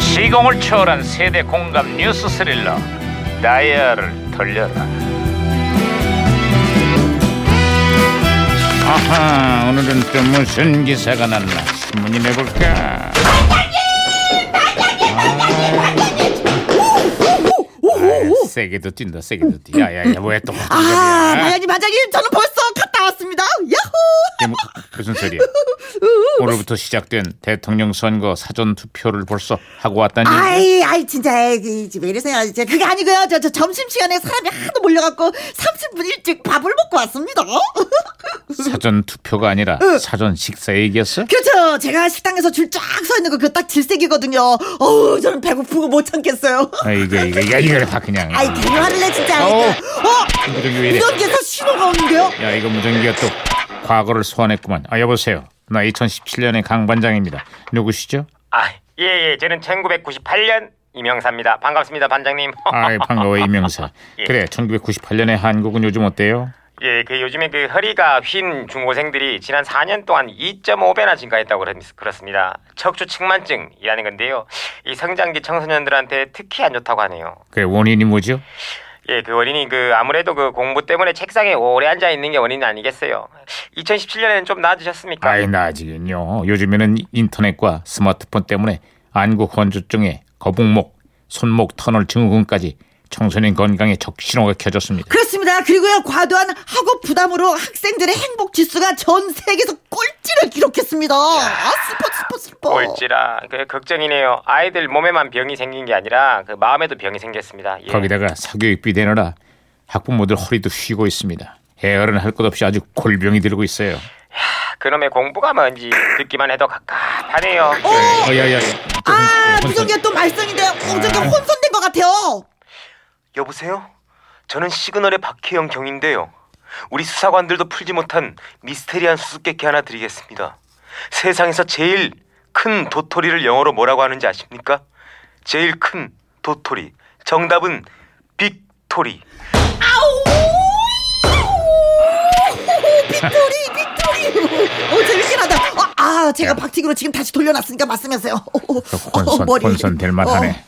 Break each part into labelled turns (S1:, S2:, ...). S1: 시공을 초월한 세대 공감 뉴스 스릴러 다이얼을 돌려라 아하 오늘은 또 무슨 기사가 났나 신문이나 볼까 아, 세게도 뛴다 세게도 뛰 야야야 왜또
S2: 아, 반장님, 반장님, 저는 벌써 갔다 왔습니다. 야호!
S1: 이게 뭐, 무슨 소리야? 오늘부터 시작된 대통령 선거 사전 투표를 벌써 하고 왔다니.
S2: 아이, 아이, 진짜, 에이, 왜 이러세요? 이제 그게 아니고요. 저, 저 점심시간에 사람이 하도 몰려갖고 30분 일찍 밥을 먹고 왔습니다.
S1: 사전 투표가 아니라 사전 식사 얘기였어?
S2: 그렇죠. 제가 식당에서 줄 쫙 서 있는 거 그거 딱 질색이거든요. 어우, 저는 배고프고 못 참겠어요.
S1: 아, 이거 이거 이거 이거 봐 그냥.
S2: 아이, 대화를 내, 진짜.
S1: 어우.
S2: 어?
S1: 무전기 왜 이래?
S2: 이런게서 신호가 오는데요?
S1: 야 이거 무전기가 또 과거를 소환했구만. 아 여보세요. 나 2017년의 강 반장입니다. 누구시죠?
S3: 아, 예, 예. 저는 1998년 이명사입니다. 반갑습니다, 반장님.
S1: 아이 반가워 이명사.
S3: 예.
S1: 그래 1998년의 한국은 요즘 어때요?
S3: 예, 그 요즘에 그 허리가 휜 중고생들이 지난 4년 동안 2.5배나 증가했다고 그랬, 그렇습니다. 척추 측만증이라는 건데요. 이 성장기 청소년들한테 특히 안 좋다고 하네요.
S1: 그 원인이 뭐죠?
S3: 예, 그 원인이 그 아무래도 그 공부 때문에 책상에 오래 앉아 있는 게 원인 아니겠어요. 2017년에는 좀 나아지셨습니까?
S1: 아이 나지긴요. 요즘에는 인터넷과 스마트폰 때문에 안구 건조증에 거북목, 손목 터널 증후군까지 청소년 건강에 적신호가 켜졌습니다.
S2: 그렇습니다. 그리고요, 과도한 학업 부담으로 학생들의 행복 지수가 전 세계에서 꼴찌를 기록했습니다. 아, 슬퍼, 슬퍼, 슬퍼.
S1: 뭐.
S3: 꼴찌라 그 걱정이네요. 아이들 몸에만 병이 생긴 게 아니라 그 마음에도 병이 생겼습니다. 예.
S1: 거기다가 사교육비 내느라 학부모들 허리도 휘고 있습니다. 애어른 할 것 없이 아주 골병이 들고 있어요.
S3: 그놈의 공부가 뭔지 듣기만 해도 갑갑하네요.
S1: 어야야. 네,
S2: 아, 무전기가 또 말썽인데, 어,
S1: 아.
S2: 저기 혼선된 것 같아요.
S3: 여보세요? 저는 시그널의 박혜영 경인데요. 우리 수사관들도 풀지 못한 미스테리한 수수께끼 하나 드리겠습니다. 세상에서 제일 큰 도토리를 영어로 뭐라고 하는지 아십니까? 제일 큰 도토리. 정답은 빅토리.
S2: 빅토리, 빅토리. 어, 재밌긴 하다. 어, 아, 제가 박튀기로 지금 다시 돌려놨으니까 말씀하세요. 어, 어,
S1: 네. 혼선
S2: 어, 머리.
S1: 혼선 될 만하네.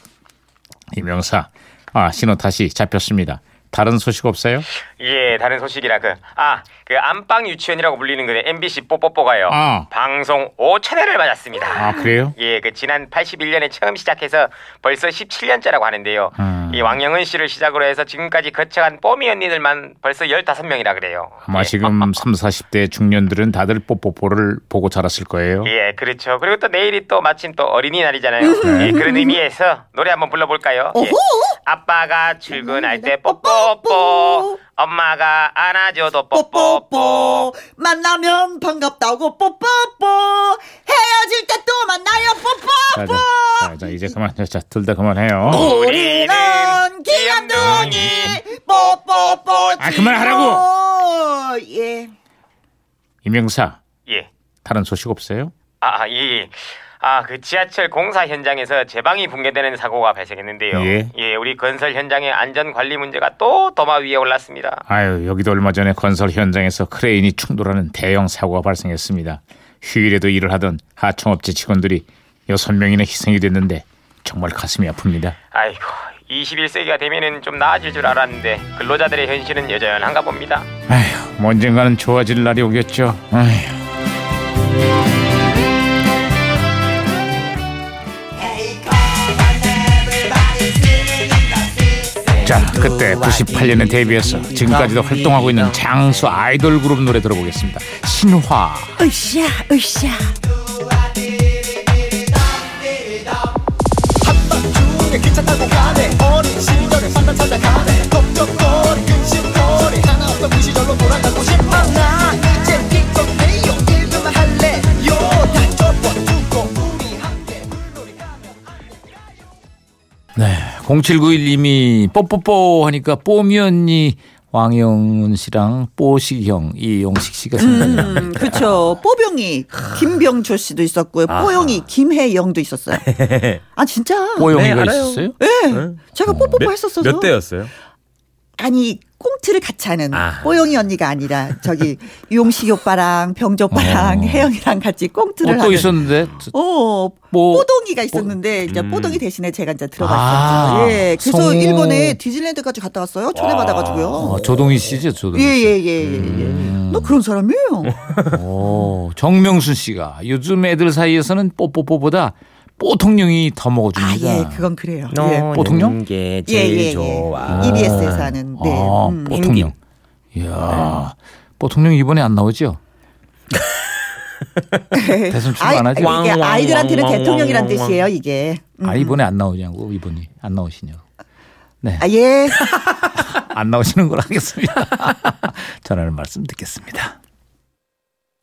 S1: 이명사. 아 신호 다시 잡혔습니다. 다른 소식 없어요?
S3: 예, 다른 소식이라 그 아, 그 안방 유치원이라고 불리는 그 MBC 뽀뽀뽀가요.
S1: 아.
S3: 방송 5천회를 맞았습니다.
S1: 아 그래요?
S3: 예, 그 지난 81년에 처음 시작해서 벌써 17년째라고 하는데요.
S1: 음.
S3: 이 왕영은 씨를 시작으로 해서 지금까지 거쳐간 뽀미 언니들만 벌써 15명이라 그래요.
S1: 아마 지금 3, 40대 중년들은 다들 뽀뽀뽀를 보고 자랐을 거예요.
S3: 예, 그렇죠. 그리고 또 내일이 또 마침 또 어린이날이잖아요. 예, 그런 의미에서 노래 한번 불러볼까요? 예.
S2: 어허!
S3: 아빠가 출근할 때 뽀뽀뽀, 엄마가 안아줘도 뽀뽀뽀.
S2: 뽀뽀뽀. 만나면 반갑다고 뽀뽀뽀. 헤어질 때 또 만나요
S1: 자, 자,
S2: 뽀뽀뽀.
S1: 자, 자, 이제 그만, 자, 자, 둘 다 그만해요.
S2: 어. 우리는 기암둥이 뽀뽀뽀
S1: 아, 그만하라고!
S2: 지로. 예
S1: 이명사,
S3: 예.
S1: 다른 소식 없어요?
S3: 아, 예, 예. 아, 그 지하철 공사 현장에서 제방이 붕괴되는 사고가 발생했는데요.
S1: 예.
S3: 우리 건설 현장의 안전 관리 문제가 또 도마 위에 올랐습니다.
S1: 아유, 여기도 얼마 전에 건설 현장에서 크레인이 충돌하는 대형 사고가 발생했습니다. 휴일에도 일을 하던 하청업체 직원들이 여섯 명이나 희생이 됐는데 정말 가슴이 아픕니다.
S3: 아이고, 21세기가 되면은 좀 나아질 줄 알았는데 근로자들의 현실은 여전한가 봅니다.
S1: 아휴, 뭐 언젠가는 좋아질 날이 오겠죠. 아휴. 자, 그때 98년에 데뷔해서 지금까지도 활동하고 있는 장수 아이돌 그룹 노래 들어보겠습니다. 신화.
S2: 으쌰 으쌰
S4: 중에 기차 타고 가네 어린 시절에 산만 찾아가네 걱정거리 근심거리 하나 없던 그 시절로 돌아가고 싶어 나 이젠 기껏해요 일만 할래요 다 접어두고 우리 함께 물놀이 가면
S1: 네,
S5: 0791님이 뽀뽀뽀 하니까 뽀미 언니 왕영은 씨랑 뽀식이 형 이용식 씨가 생각이 납니다.
S2: 음, 그쵸 뽀병이 김병조 씨도 있었고요 뽀용이 김혜영도 있었어요 아 진짜
S5: 뽀용이가 있었어요?
S2: 예 제가 뽀뽀뽀 했었어서
S6: 몇 대였어요?
S2: 아니 꽁트를 같이 하는
S1: 아.
S2: 뽀용이 언니가 아니라 저기 용식 오빠랑 병조 오빠랑
S1: 어.
S2: 혜영이랑 같이 꽁트를
S1: 어, 또
S2: 하는.
S1: 있었는데
S2: 어,
S1: 뭐- 음.
S2: 뽀동이가 있었는데 이제 뽀동이 대신에 제가 이제 들어갔었죠.
S1: 아.
S2: 예, 그래서
S1: 성-
S2: 일본에 디즈니랜드까지 갔다 왔어요. 초대받아가지고요.
S1: 어, 조동희 씨죠, 조동희 씨.
S2: 예예예예 예,
S1: 음.
S2: 예. 너 그런 사람이에요.
S1: 어, 오, 정명순 씨가 요즘 애들 사이에서는 뽀뽀뽀보다 뽀통령이 더
S2: 아
S1: 먹어줍니다.
S2: 예, 그건 그래요. 예.
S1: 보통요?
S3: 노는 게
S2: 예,
S3: 제일
S2: 예, 예.
S3: 좋아.
S2: EBS에서 하는 네.
S1: 아,
S2: 음. 네.
S1: 뽀통령. 이야, 뽀통령 이번에 안 나오죠? 대선 출마 안 하죠?
S2: 아, 이게
S3: 왕, 왕,
S2: 아이들한테는
S3: 왕, 왕,
S2: 대통령이란
S3: 왕, 왕.
S2: 뜻이에요, 이게. 음.
S1: 아 이번에 안 나오냐고 이번이 안 나오시냐고. 네,
S2: 아 예.
S1: 안 나오시는 걸 하겠습니다. 전하는 말씀 듣겠습니다.